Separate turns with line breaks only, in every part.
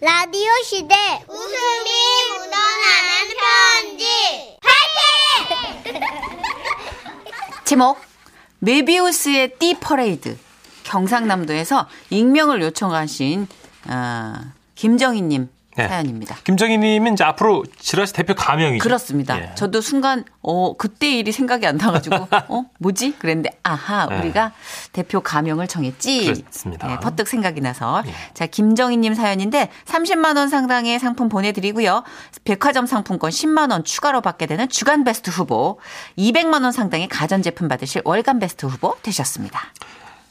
라디오 시대 웃음이 묻어나는 편지
제목 메비우스의 띠 퍼레이드 경상남도에서 익명을 요청하신 어, 김정희님
네.
사연입니다.
김정희님은 이제 앞으로 지라시 대표 가명이죠.
그렇습니다.
예.
저도 순간 어 그때 일이 생각이 안 나가지고 어 뭐지 그랬는데 아하
네.
우리가 대표 가명을 정했지.
그렇습니다. 예.
네, 퍼뜩 생각이 나서 자 김정희님 사연인데 30만 원 상당의 상품 보내드리고요. 백화점 상품권 10만 원 추가로 받게 되는 주간 베스트 후보, 200만 원 상당의 가전 제품 받으실 월간 베스트 후보 되셨습니다.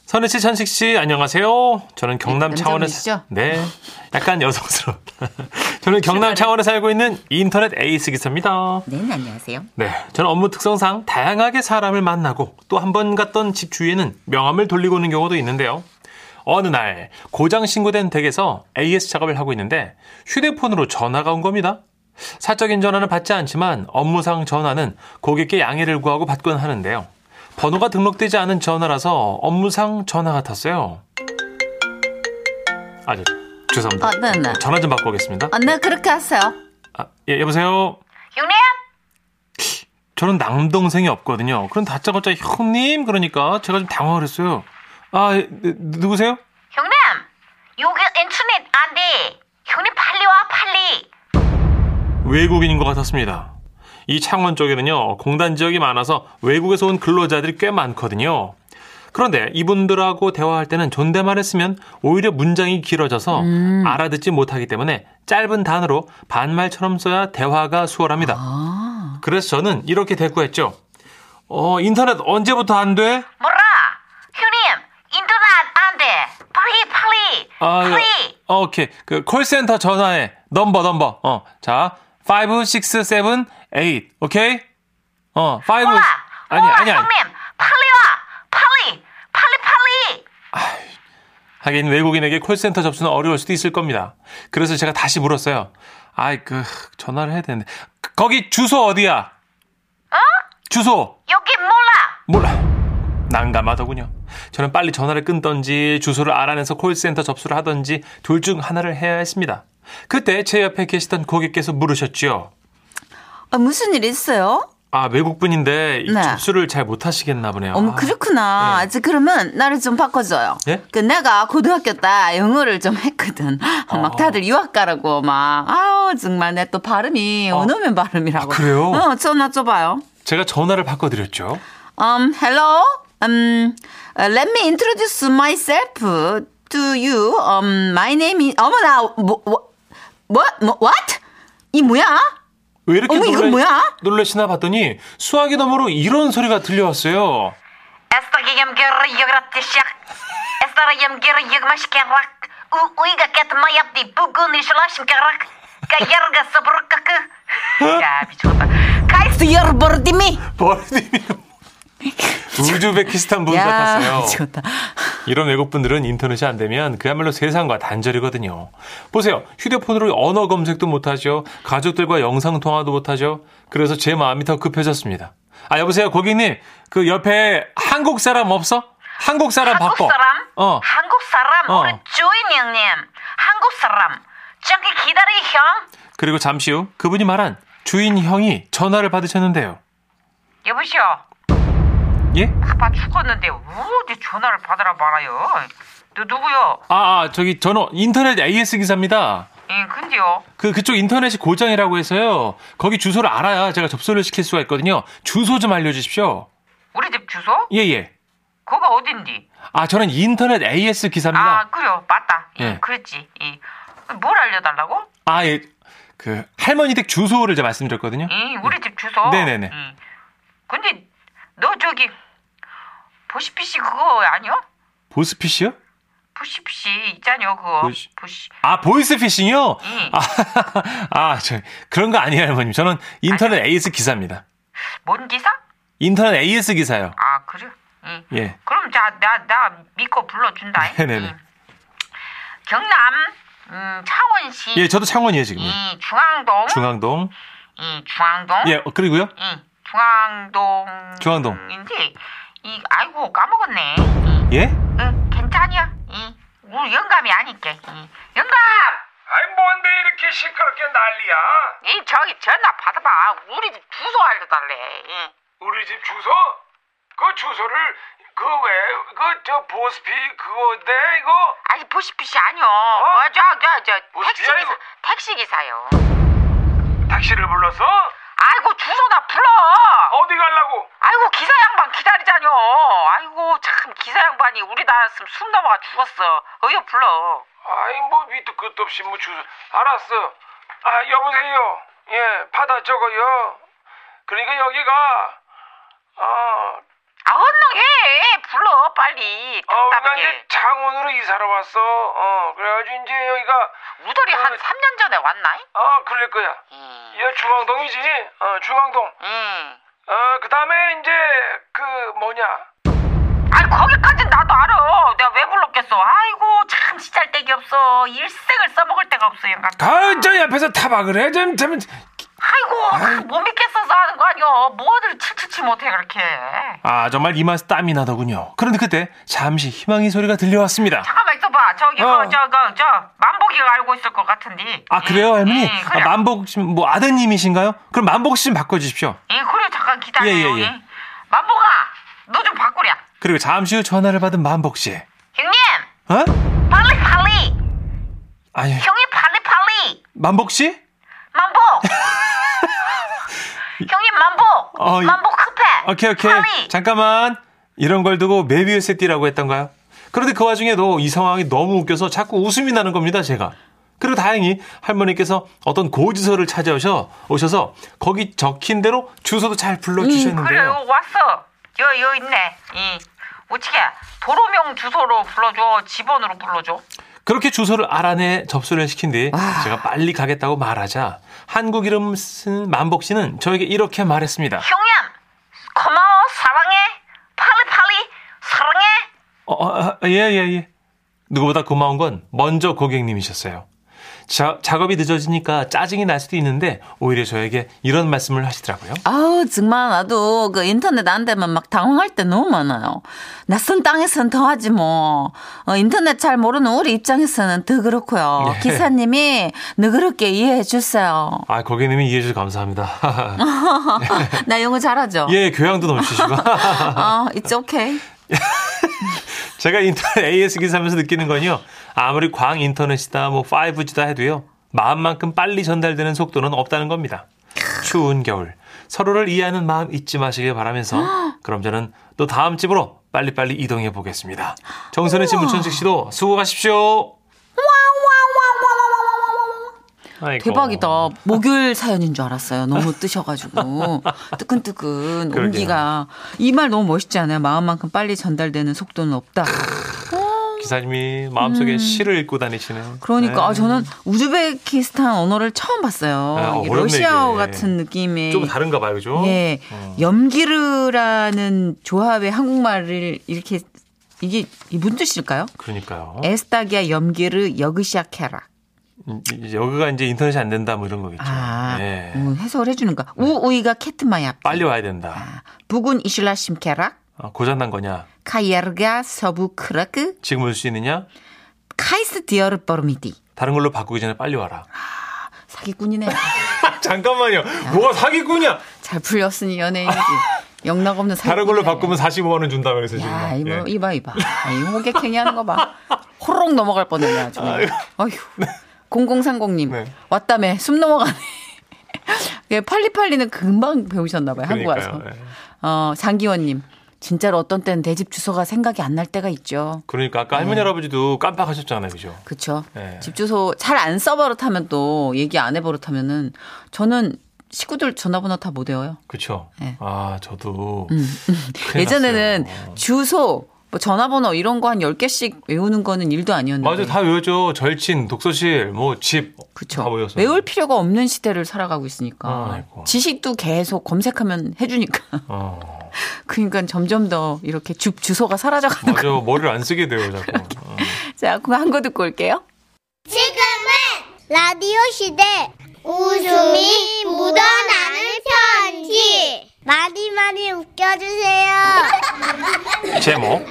선혜 씨, 천식 씨, 안녕하세요. 저는 경남
네,
차원에서
남자분이시죠?
네, 약간 여성스러운. 저는 경남 차원에 살고 있는 인터넷 에이스 기사입니다.
네 안녕하세요.
네, 저는 업무 특성상 다양하게 사람을 만나고 또 한 번 갔던 집 주위에는 명함을 돌리고 오는 경우도 있는데요. 어느 날 고장 신고된 댁에서 AS 작업을 하고 있는데 휴대폰으로 전화가 온 겁니다. 사적인 전화는 받지 않지만 업무상 전화는 고객께 양해를 구하고 받곤 하는데요. 번호가 등록되지 않은 전화라서 업무상 전화 같았어요. 아, 저, 죄송합니다.
어, 네, 네.
전화 좀 받고 오겠습니다.
어, 네 그렇게 하세요.
아, 예, 여보세요?
용래야?
저는 남동생이 없거든요. 그럼 다짜고짜 형님 그러니까 제가 좀 당황을 했어요. 아 예, 누- 누구세요?
형님, 여기 인터넷 안 돼. 형님 빨리 와 빨리.
외국인인 것 같았습니다. 이 창원 쪽에는요 공단 지역이 많아서 외국에서 온 근로자들이 꽤 많거든요. 그런데 이분들하고 대화할 때는 존댓말 했으면 오히려 문장이 길어져서 알아듣지 못하기 때문에 짧은 단어로 반말처럼 써야 대화가 수월합니다. 그래서 저는 이렇게 대꾸했죠. 어 인터넷 언제부터 안 돼?
뭐라? 형님 인터넷 안 돼. 빨리 빨리.
아,
빨리.
어, 오케이. 그 콜센터 전화해. 넘버 넘버. 어. 자, 5 6 7 8. 오케이? 어, 5
몰라.
아니,
몰라,
아니, 아니.
형님 빨리 와 빨리 빨리 빨리.
하긴 외국인에게 콜센터 접수는 어려울 수도 있을 겁니다. 그래서 제가 다시 물었어요. 아이, 그 전화를 해야 되는데. 그, 거기 주소 어디야? 어? 주소.
여기 몰라.
몰라. 난감하더군요. 저는 빨리 전화를 끊던지 주소를 알아내서 콜센터 접수를 하던지 둘 중 하나를 해야 했습니다. 그때 제 옆에 계시던 고객께서 물으셨지요.
아, 무슨 일 있어요?
아 외국분인데 이
네.
접수를 잘 못하시겠나 보네요.
어머
아,
그렇구나.
네.
아직 그러면 나를 좀 바꿔줘요.
예?
그 내가 고등학교 때 영어를 좀 했거든.
어.
막 다들 유학 가라고 막 아우 정말 내 또 발음이 원어민 발음이라고.
아, 그래요?
어 전화 줘봐요.
제가 전화를 바꿔드렸죠.
Um hello. Um let me introduce myself to you. Um my name is 어머나 뭐, 뭐, 뭐, 뭐 what? 이 뭐야?
왜 이렇게
어머, 이건 뭐야?
놀라시나 봤더니 수화기 너머로 이런 소리가 들려왔어요.
에스터기 연결을 여그라티 시작. 에스터라 연결을 여그마시켜락. 우 우이가 깨트마 옆디 부근이 실라신가락. 가여가 서브르카크. 그.
어?
야 미쳤다. 가이스.
Dear Birdie.
머리님이 우즈베키스탄 분
야
같았어요.
미쳤다.
이런 외국분들은 인터넷이 안 되면 그야말로 세상과 단절이거든요. 보세요. 휴대폰으로 언어 검색도 못하죠. 가족들과 영상 통화도 못하죠. 그래서 제 마음이 더 급해졌습니다. 아, 여보세요. 고객님. 그 옆에 한국 사람 없어? 한국 사람 바꿔.
한국 사람?
어.
한국 사람
어.
우리 주인 형님 한국 사람 저기 기다리 형
그리고 잠시 후 그분이 말한 주인 형이 전화를 받으셨는데요.
여보시오
예?
아빠 죽었는데 어디 전화를 받으라 말아요 너 누구요?
아, 아 저기 저는 인터넷 AS 기사입니다.
예 근데요
그 그쪽 인터넷이 고장이라고 해서요. 거기 주소를 알아야 제가 접수를 시킬 수가 있거든요. 주소 좀 알려 주십시오.
우리 집 주소?
예, 예.
거가 어딘디?
아, 저는 인터넷 AS
아
기사입니다.
그래요 맞다 예,
예.
그렇지 예. 뭘 알려달라고?
아, 예. 그 할머니 댁 주소를 제가 말씀드렸거든요.
예, 우리 집 주소
네네네.
예. 근데 너 저기 보시피시 그거 아니요?
보스피시요?
보시피시 있잖요 그거
보시-
보시
아, 보이스피싱이요?
예.
아, 아, 저 그런 거 아니에요, 할머님. 저는 인터넷 AS 기사입니다.
뭔 기사?
인터넷 AS 기사요.
아 그래? 응.
예.
그럼 자 나 나 믿고 불러준다.
네네네.
응. 경남 음, 창원시
예, 저도 창원이에요, 지금.
이 중앙동
중앙동.
이 중앙동
예, 어, 그리고요?
이 중앙동
중앙동.
인데 이 아이고 까먹었네. 이,
예?
응, 괜찮이야. 이 우리 영감이 아닐게. 이, 영감
아이 뭐 왜 시끄럽게 난리야?
이 저기 전화 받아봐. 우리 집 주소 알려달래. 응.
우리 집 주소? 그 주소를 그 왜 그 저 보스피 그거인데 이거
아니 보시피시 아니요. 어? 저저저
보시피야,
택시 기사
이거?
택시 기사요.
택시를 불렀어?
아이고 주소나 불러.
어디 갈라고?
아이고 기사 양반 기다리자뇨. 아이고 참 기사 양반이 우리 나왔으면 숨 넘어가 죽었어. 어여 불러.
아이 뭐 밑도 끝도 없이 뭐 주소 알았어. 아 여보세요. 예 받아 적어요. 그러니까 여기가 아
아 얼렁해 불러 빨리
어, 우리가 이제
답답하게.
창원으로 이사를 왔어. 어 그래가지고 이제 여기가
우돌이 한
어.
3년 전에 왔나?
아 그럴 거야.
응.
여 중앙동이지. 어 중앙동.
응.
어그 다음에 이제 그 뭐냐.
아니 거기까진 나도 알아. 내가 왜 불렀겠어. 아이고 참 시잘데기 없어. 일생을 써먹을 데가 없어 양반.
아저 옆에서 타박을 해. 좀, 좀
아이고 아, 못 믿겠어서 하는 거 아니야. 뭐를 칠칠치 못해 그렇게.
아 정말 이맛 땀이 나더군요. 그런데 그때 잠시 희망의 소리가 들려왔습니다.
잠깐만 있어봐. 저기
어.
그, 저거 저 만복이가 알고 있을 것 같은데.
아 그래요 할머니?
예, 그래.
아, 만복 씨, 뭐 아드님이신가요? 그럼 만복 씨 좀 바꿔주십시오.
예, 그래 잠깐 기다려.
예, 예, 예.
예. 만복아, 너 좀 바꾸랴.
그리고 잠시 후 전화를 받은 만복 씨.
형님,
어?
빨리 빨리.
아니
형님 빨리 빨리.
만복 씨?
만복. 형님 만복.
어, 이-
만복 급해.
오케이 오케이
빨리.
잠깐만 이런 걸 두고 메비우스 띠라고 했던가요? 그런데 그 와중에도 이 상황이 너무 웃겨서 자꾸 웃음이 나는 겁니다 제가 그리고 다행히 할머니께서 어떤 고지서를 찾아오셔 오셔서 거기 적힌 대로 주소도 잘 불러주셨는데요
음, 그래요 왔어. 여, 여 있네. 이 우치게 도로명 주소로 불러줘. 집원으로 불러줘.
그렇게 주소를 알아내 접수를 시킨 뒤 제가 빨리 가겠다고 말하자 한국 이름 쓴 만복 씨는 저에게 이렇게 말했습니다
형님 고마워 사랑해. 빨리 빨리 사랑해.
어, 아, 예예예. 누구보다 고마운 건 먼저 고객님이셨어요. 자, 작업이 늦어지니까 짜증이 날 수도 있는데 오히려 저에게 이런 말씀을 하시더라고요.
아우 정말 나도 그 인터넷 안 되면 막 당황할 때 너무 많아요. 낯선 땅에선 더하지 뭐. 어, 인터넷 잘 모르는 우리 입장에서는 더 그렇고요.
예.
기사님이 너그럽게 이해해 주세요.
아, 고객님이 이해해 주셔서 감사합니다.
나 영어 잘하죠?
예, 교양도 넘치시고.
아, it's okay.
제가 인터넷 AS 기사면서 느끼는 건요. 아무리 광 인터넷이다, 뭐 5G다 해도요. 마음만큼 빨리 전달되는 속도는 없다는 겁니다. 추운 겨울 서로를 이해하는 마음 잊지 마시길 바라면서 그럼 저는 또 다음 집으로 빨리빨리 이동해 보겠습니다. 정선혜 씨, 문천식 씨도 수고하십시오. 아이고.
대박이다.
어.
목요일 사연인 줄 알았어요. 너무 뜨셔가지고. 뜨끈뜨끈
그러게요.
온기가. 이 말 너무 멋있지 않아요? 마음만큼 빨리 전달되는 속도는 없다.
기사님이 마음속에 시를 읽고 다니시는.
그러니까
네.
아, 저는 우즈베키스탄 언어를 처음 봤어요.
아,
이게
어렵네,
러시아어
이게.
같은 느낌의
좀 다른가 어. 봐요, 그죠?
예, 염기르라는 조합의 한국말을 이렇게 이게 이 문뜻일까요? 예.
그러니까요.
에스타기아 염기르 여그시아케라.
이- 여기가 이제 인터넷이 안 된다 뭐 이런 거겠죠.
아,
예. 네.
음, 해석을 해주는가? 우우이가 케트마야.
빨리 와야 된다.
부군 이슐라심케라.
아, 고장난 거냐?
카이에르가 서부크라크
지금 올 수 있느냐?
카이스 디어르 버르미디.
다른 걸로 바꾸기 전에 빨리 와라.
사기꾼이네.
아, 잠깐만요. 뭐가 사기꾼이야?
잘 풀렸으니 연예인이지. 영락 없는 사기꾼.
다른 걸로 바꾸면 45만 원 준다 그래서 지금.
야, 이거
예.
이봐 이봐. 아, 이 호객행위 하는 거 봐. 호롱 넘어갈 뻔했네 아주. 아휴. 0030님
네.
왔다며 숨 넘어가네. 예, 팔리팔리는 금방 배우셨나 봐요 한국 와서.
그러니까요, 예.
어 장기원님 진짜로 어떤 때는 내 집 주소가 생각이 안 날 때가 있죠.
그러니까 아까 할머니 할아버지도 깜빡하셨잖아요, 그죠?
그렇죠.
네.
집 주소 잘 안 써버릇하면 또 얘기 안 해버릇하면은 저는 식구들 전화번호 다 못 외워요.
그렇죠.
예.
아 저도 큰일
예전에는
났어요.
주소, 뭐 전화번호 이런 거 한 10개씩 외우는 거는 일도 아니었는데.
맞아 다 외우죠. 절친, 독서실, 뭐 집
그쵸.
다 외웠어요.
외울 필요가 없는 시대를 살아가고 있으니까.
아이고.
지식도 계속 검색하면 해주니까.
어,
그러니까 점점 더 이렇게 집 주소가 사라져가는
맞아 머리를 안 쓰게 돼요 자꾸. 어.
거. 자, 그럼 한 거 듣고 올게요.
지금은 라디오 시대 웃음이 묻어나는 편지 많이 많이 웃겨주세요
제목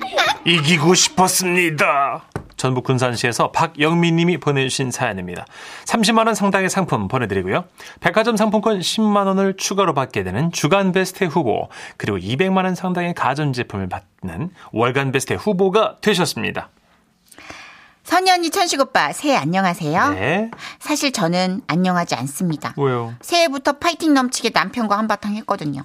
이기고 싶었습니다. 전북 군산시에서 박영민 님이 보내주신 사연입니다. 30만 원 상당의 상품 보내드리고요. 백화점 상품권 10만 원을 추가로 받게 되는 주간 베스트 후보 그리고 200만 원 상당의 가전제품을 받는 월간 베스트 후보가 되셨습니다.
선희 언니, 천식 오빠, 새해 안녕하세요.
네.
사실 저는 안녕하지 않습니다.
왜요?
새해부터 파이팅 넘치게 남편과 한바탕 했거든요.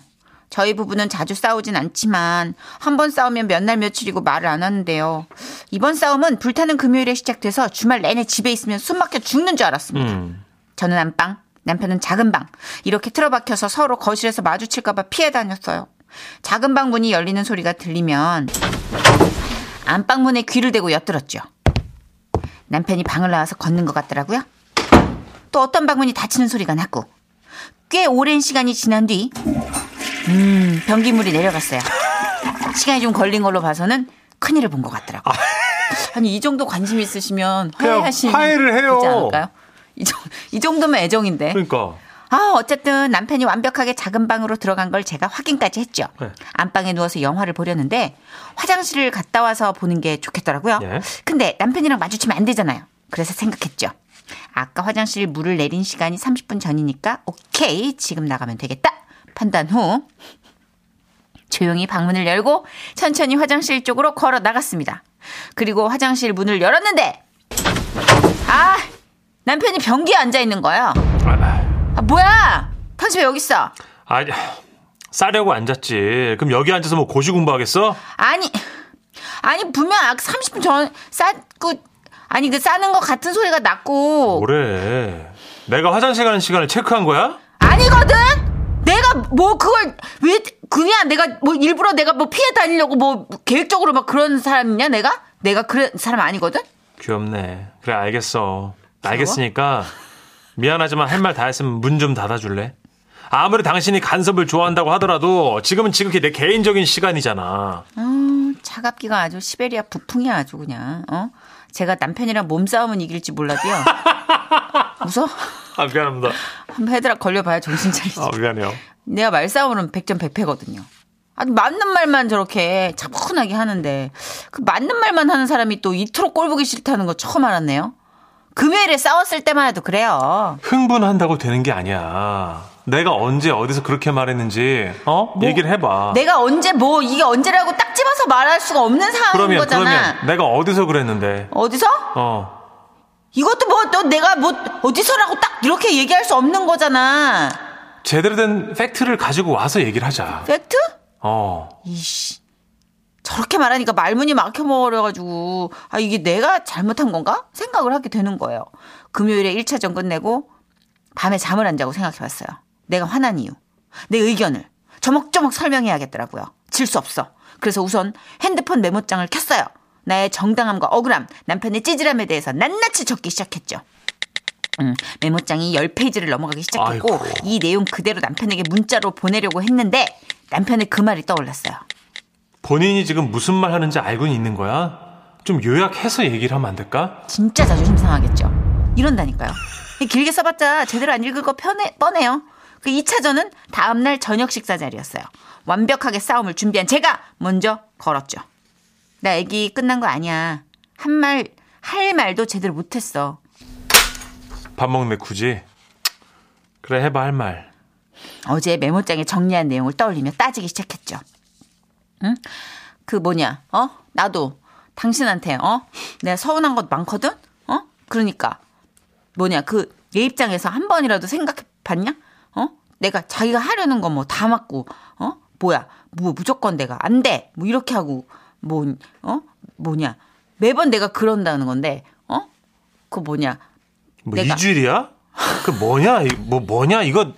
저희 부부는 자주 싸우진 않지만 한 번 싸우면 몇 날 며칠이고 말을 안 하는데요. 이번 싸움은 불타는 금요일에 시작돼서 주말 내내 집에 있으면 숨막혀 죽는 줄 알았습니다.
음.
저는 안방, 남편은 작은 방. 이렇게 틀어박혀서 서로 거실에서 마주칠까봐 피해 다녔어요. 작은 방 문이 열리는 소리가 들리면 안방 문에 귀를 대고 엿들었죠. 남편이 방을 나와서 걷는 것 같더라고요. 또 어떤 방문이 닫히는 소리가 났고 꽤 오랜 시간이 지난 뒤 음, 변기물이 내려갔어요. 시간이 좀 걸린 걸로 봐서는 큰일을 본 것 같더라고요. 아니 이 정도 관심 있으시면
그냥
화해하시지
화해를 해요.
않을까요? 이, 정, 이 정도면 애정인데.
그러니까.
아, 어쨌든 남편이 완벽하게 작은 방으로 들어간 걸 제가 확인까지 했죠.
네.
안방에 누워서 영화를 보려는데 화장실을 갔다 와서 보는 게 좋겠더라고요.
네.
근데 남편이랑 마주치면 안 되잖아요. 그래서 생각했죠. 아까 화장실 물을 내린 시간이 30분 전이니까 오케이 지금 나가면 되겠다 판단 후 조용히 방문을 열고 천천히 화장실 쪽으로 걸어 나갔습니다. 그리고 화장실 문을 열었는데 아 남편이 변기에 앉아 있는 거예요.
아,
아, 뭐야? 당신 왜 여기 있어?
아, 싸려고 앉았지. 그럼 여기 앉아서 뭐 고시 공부하겠어?
아니, 아니, 분명 아까 30분 전 싸고, 아니, 그 싸는 것 같은 소리가 났고.
뭐래. 내가 화장실 가는 시간을 체크한 거야?
아니거든? 내가 뭐 그걸 왜, 그냥 내가 뭐 일부러 내가 뭐 피해 다니려고 뭐 계획적으로 막 그런 사람이냐, 내가? 내가 그런 사람 아니거든?
귀엽네. 그래, 알겠어. 알겠으니까 미안하지만 할 말 다 했으면 문 좀 닫아줄래? 아무리 당신이 간섭을 좋아한다고 하더라도 지금은 지극히 내 개인적인 시간이잖아.
아, 차갑기가 아주 시베리아 북풍이야 아주 그냥 어 제가 남편이랑 몸싸움은 이길지 몰라도요 무서
아, 미안합니다.
한번 헤드락 걸려봐야 정신 차리지
아, 미안해요.
내가 말싸움은 100점 100패거든요. 아니, 맞는 말만 저렇게 차분하게 하는데, 그 맞는 말만 하는 사람이 또 이토록 꼴보기 싫다는 거 처음 알았네요. 금요일에 싸웠을 때만 해도 그래요.
흥분한다고 되는 게 아니야. 내가 언제 어디서 그렇게 말했는지, 어? 얘기를 해봐.
뭐? 내가 언제 뭐, 이게 언제라고 딱 집어서 말할 수가 없는 상황인
그러면,
거잖아.
그러면 내가 어디서 그랬는데,
어디서?
어.
이것도 뭐, 또 내가 뭐, 어디서라고 딱 이렇게 얘기할 수 없는 거잖아.
제대로 된 팩트를 가지고 와서 얘기를 하자.
팩트?
어.
이씨. 저렇게 말하니까 말문이 막혀버려가지고, 아, 이게 내가 잘못한 건가? 생각을 하게 되는 거예요. 금요일에 1차전 끝내고, 밤에 잠을 안 자고 생각해 봤어요. 내가 화난 이유. 내 의견을. 저목저목 설명해야겠더라고요. 질 수 없어. 그래서 우선 핸드폰 메모장을 켰어요. 나의 정당함과 억울함, 남편의 찌질함에 대해서 낱낱이 적기 시작했죠. 음, 메모장이 10페이지를 넘어가기 시작했고,
아이고.
이 내용 그대로 남편에게 문자로 보내려고 했는데, 남편의 그 말이 떠올랐어요.
본인이 지금 무슨 말 하는지 알고는 있는 거야? 좀 요약해서 얘기를 하면 안 될까?
진짜 자존심 상하겠죠. 이런다니까요. 길게 써봤자 제대로 안 읽을 거 편해, 뻔해요. 그 2차전은 다음날 저녁 식사 자리였어요. 완벽하게 싸움을 준비한 제가 먼저 걸었죠. 나 애기 끝난 거 아니야. 한 말, 할 말도 제대로 못했어.
밥 먹네 굳이. 그래 해봐 할 말.
어제 메모장에 정리한 내용을 떠올리며 따지기 시작했죠. 응? 그 뭐냐? 어? 나도 당신한테 어? 내가 서운한 것 많거든? 어? 그러니까 뭐냐? 그 내 입장에서 한 번이라도 생각해 봤냐? 어? 내가 자기가 하려는 거 뭐 다 맞고 어? 뭐야? 뭐 무조건 내가 안 돼. 뭐 이렇게 하고 뭐 어? 뭐냐? 매번 내가 그런다는 건데 어? 그 뭐냐?
뭐
내가-
이주일이야? 그 뭐냐? 이- 뭐 뭐냐? 이거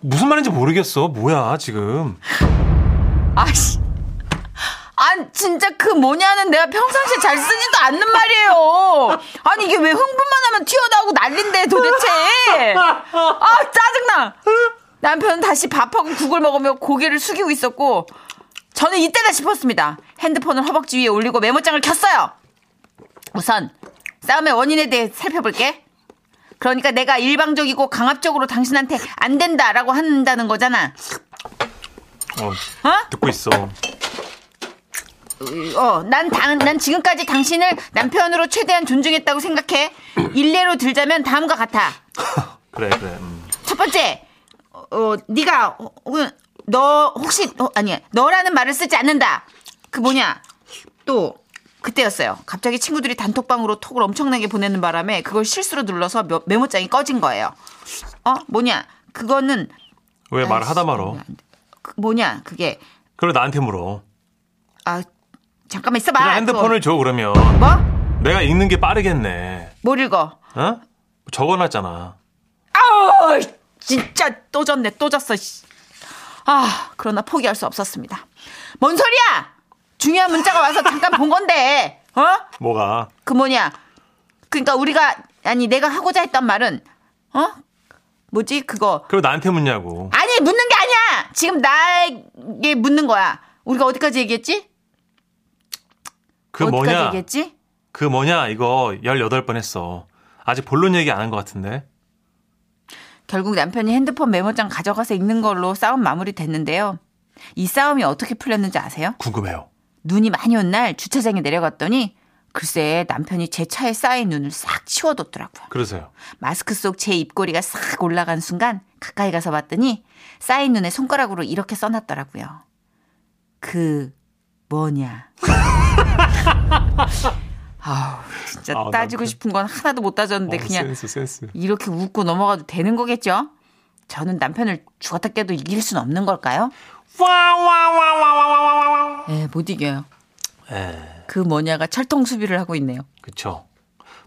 무슨 말인지 모르겠어. 뭐야 지금?
아씨. 아, 진짜 그 뭐냐는 내가 평상시에 잘 쓰지도 않는 말이에요. 아니, 이게 왜 흥분만 하면 튀어나오고 난린데 도대체. 아, 짜증나. 남편은 다시 밥하고 국을 먹으며 고개를 숙이고 있었고, 저는 이때다 싶었습니다. 핸드폰을 허벅지 위에 올리고 메모장을 켰어요. 우선, 싸움의 원인에 대해 살펴볼게. 그러니까 내가 일방적이고 강압적으로 당신한테 안 된다라고 한다는 거잖아.
어,
어?
듣고 있어.
어, 난, 당, 난 지금까지 당신을 남편으로 최대한 존중했다고 생각해. 일례로 들자면 다음과 같아.
그래 그래. 음.
첫 번째, 어, 네가 혹은 너 혹시 어, 아니 너라는 말을 쓰지 않는다. 그 뭐냐 또 그때였어요. 갑자기 친구들이 단톡방으로 톡을 엄청나게 보내는 바람에 그걸 실수로 눌러서 며- 메모장이 꺼진 거예요. 어 뭐냐 그거는
왜 말을 하다 말어?
그 뭐냐 그게
그걸 나한테 물어.
아 잠깐만 있어봐.
그냥 핸드폰을 줘 그러면.
아, 그거. 뭐?
내가 읽는 게 빠르겠네.
뭘 읽어?
어? 적어놨잖아.
아우 진짜 또 졌네 또 졌어 씨. 아 그러나 포기할 수 없었습니다 뭔 소리야 중요한 문자가 와서 잠깐 본 건데 어 그
뭐가?
뭐냐 그러니까 우리가 아니 내가 하고자 했던 말은 어 뭐지 그거
그걸 나한테 묻냐고.
아니 묻는 게 아니야 지금 나에게 묻는 거야 우리가 어디까지 얘기했지
그
어디까지
뭐냐?
얘기했지
그 뭐냐? 이거 18번 했어. 아직 본론 얘기 안 한 것 같은데.
결국 남편이 핸드폰 메모장 가져가서 읽는 걸로 싸움 마무리됐는데요 이 싸움이 어떻게 풀렸는지 아세요?
궁금해요.
눈이 많이 온 날 주차장에 내려갔더니 글쎄 남편이 제 차에 쌓인 눈을 싹 치워뒀더라고요.
그러세요.
마스크 속 제 입꼬리가 싹 올라간 순간 가까이 가서 봤더니 쌓인 눈에 손가락으로 이렇게 써놨더라고요. 그 뭐냐. 아우 진짜
아우,
따지고
남편.
싶은 건 하나도 못 따졌는데
어,
그냥
센스 센스.
이렇게 웃고 넘어가도 되는 거겠죠? 저는 남편을 죽었다 깨도 이길 순 없는 걸까요?
와와와와와와와와.
에, 못 이겨요.
예.
그 뭐냐가 철통 수비를 하고 있네요.
그쵸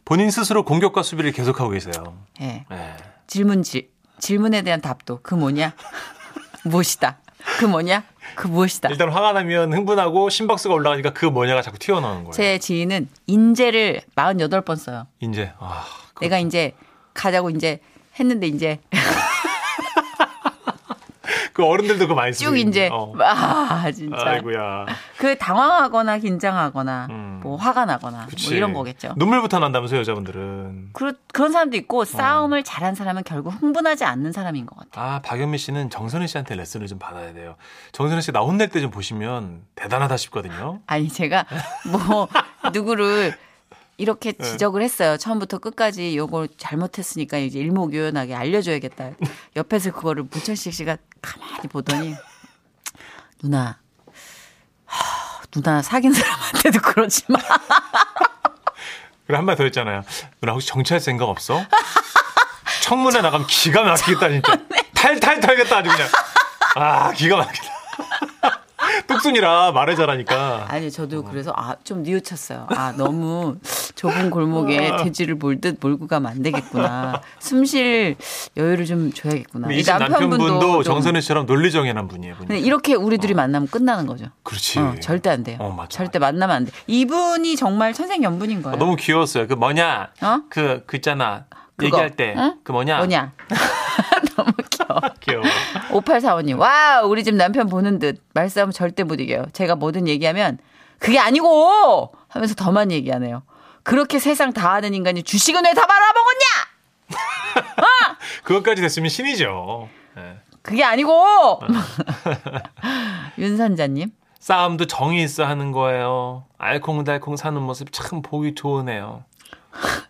본인 스스로 공격과 수비를 계속하고 계세요.
예.
예.
질문 지, 질문에 대한 답도 그 뭐냐 무엇이다 그 뭐냐 그 무엇이다
일단 화가 나면 흥분하고 심박수가 올라가니까 그 뭐냐가 자꾸 튀어나오는 거예요.
제 지인은 인재를 48번 써요
이제 아, 그-
내가 이제 가자고 이제 했는데 이제
그 어른들도 그거 많이 쓰고
쭉 이제
어.
아 진짜
아이고야.
그 당황하거나 긴장하거나
음.
뭐 화가 나거나
그치.
뭐 이런 거겠죠
눈물부터 난다면서 여자분들은.
그런 사람도 있고 싸움을 잘한 사람은 결국 흥분하지 않는 사람인 것 같아요
아 박연미 씨는 정선혜 씨한테 레슨을 좀 받아야 돼요. 정선혜 씨나 혼낼 때 좀 보시면 대단하다 싶거든요.
아니 제가 뭐 누구를 이렇게 지적을 했어요. 처음부터 끝까지 요걸 잘못했으니까 이제 일목요연하게 알려줘야겠다. 옆에서 그거를 문천식 씨가 가만히 보더니 누나 하, 누나 사귄 사람한테도 그러지 마.
그리고 한마디 더 했잖아요. 누나 혹시 정치할 생각 없어? 청문회 나가면 기가 막히겠다 진짜. 탈탈 털겠다 아주 그냥. 아 기가 막히다. 뚝순이라 말을 잘하니까.
아니 저도 그래서 아 좀 뉘우쳤어요. 아 너무 좁은 골목에
어.
돼지를 몰듯 몰고 가면 안 되겠구나. 숨 쉴 여유를 좀 줘야겠구나.
근데
이
네, 이 집
좀-
남편분도 정선혜 씨처럼 논리정연한 분이에요. 분이.
근데 이렇게 우리 둘이 만나면 끝나는 거죠.
그렇지.
어, 절대 안 돼요.
어, 맞아.
절대 만나면 안 돼. 이분이 정말 천생연분인 거예요.
아, 너무 귀여웠어요. 그 뭐냐?
어?
그, 그 있잖아.
그거.
얘기할 때.
응?
그 뭐냐?
뭐냐? 너무 귀여워.
귀여워.
5845님, 와, 우리 집 남편 보는 듯 말싸움 절대 못 이겨요. 제가 뭐든 얘기하면 그게 아니고 하면서 더만 얘기하네요. 그렇게 세상 다 아는 인간이 주식은 왜 다 말아먹었냐?
그것까지 됐으면 신이죠. 예.
그게 아니고 윤선자님,
싸움도 정이 있어 하는 거예요. 알콩달콩 사는 모습 참 보기 좋으네요.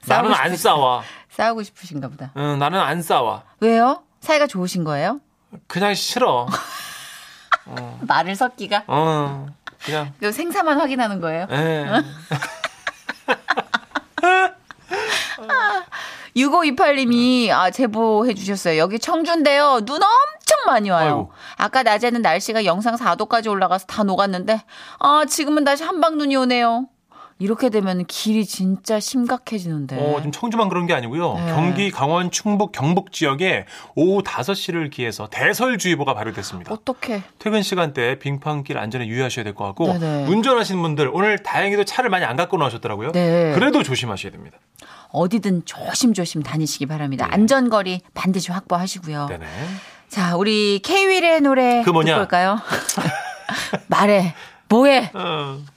나는 안
싶으시-
싸워.
싸우고 싶으신가 보다.
응, 나는 안 싸워.
왜요? 사이가 좋으신 거예요?
그냥 싫어.
말을 섞기가?
어, 그냥.
그 생사만 확인하는 거예요?
예.
네.
네.
6528님이 아, 제보해 주셨어요. 여기 청주인데요. 눈 엄청 많이 와요.
아이고.
아까 낮에는 날씨가 영상 4도까지 올라가서 다 녹았는데 아, 지금은 다시 한방 눈이 오네요. 이렇게 되면 길이 진짜 심각해지는데.
어, 지금 청주만 그런 게 아니고요.
네.
경기, 강원, 충북, 경북 지역에 오후 5시를 기해서 대설주의보가 발효됐습니다.
어떡해.
퇴근 시간대에 빙판길 안전에 유의하셔야 될 것 같고
네네.
운전하시는 분들 오늘 다행히도 차를 많이 안 갖고 나오셨더라고요.
네.
그래도 조심하셔야 됩니다.
어디든 조심조심 다니시기 바랍니다. 안전거리 반드시 확보하시고요.
네. 네네.
자, 우리 케이윌의 노래
그 뭐냐?
듣고 올까요? 말해. 뭐해?
어,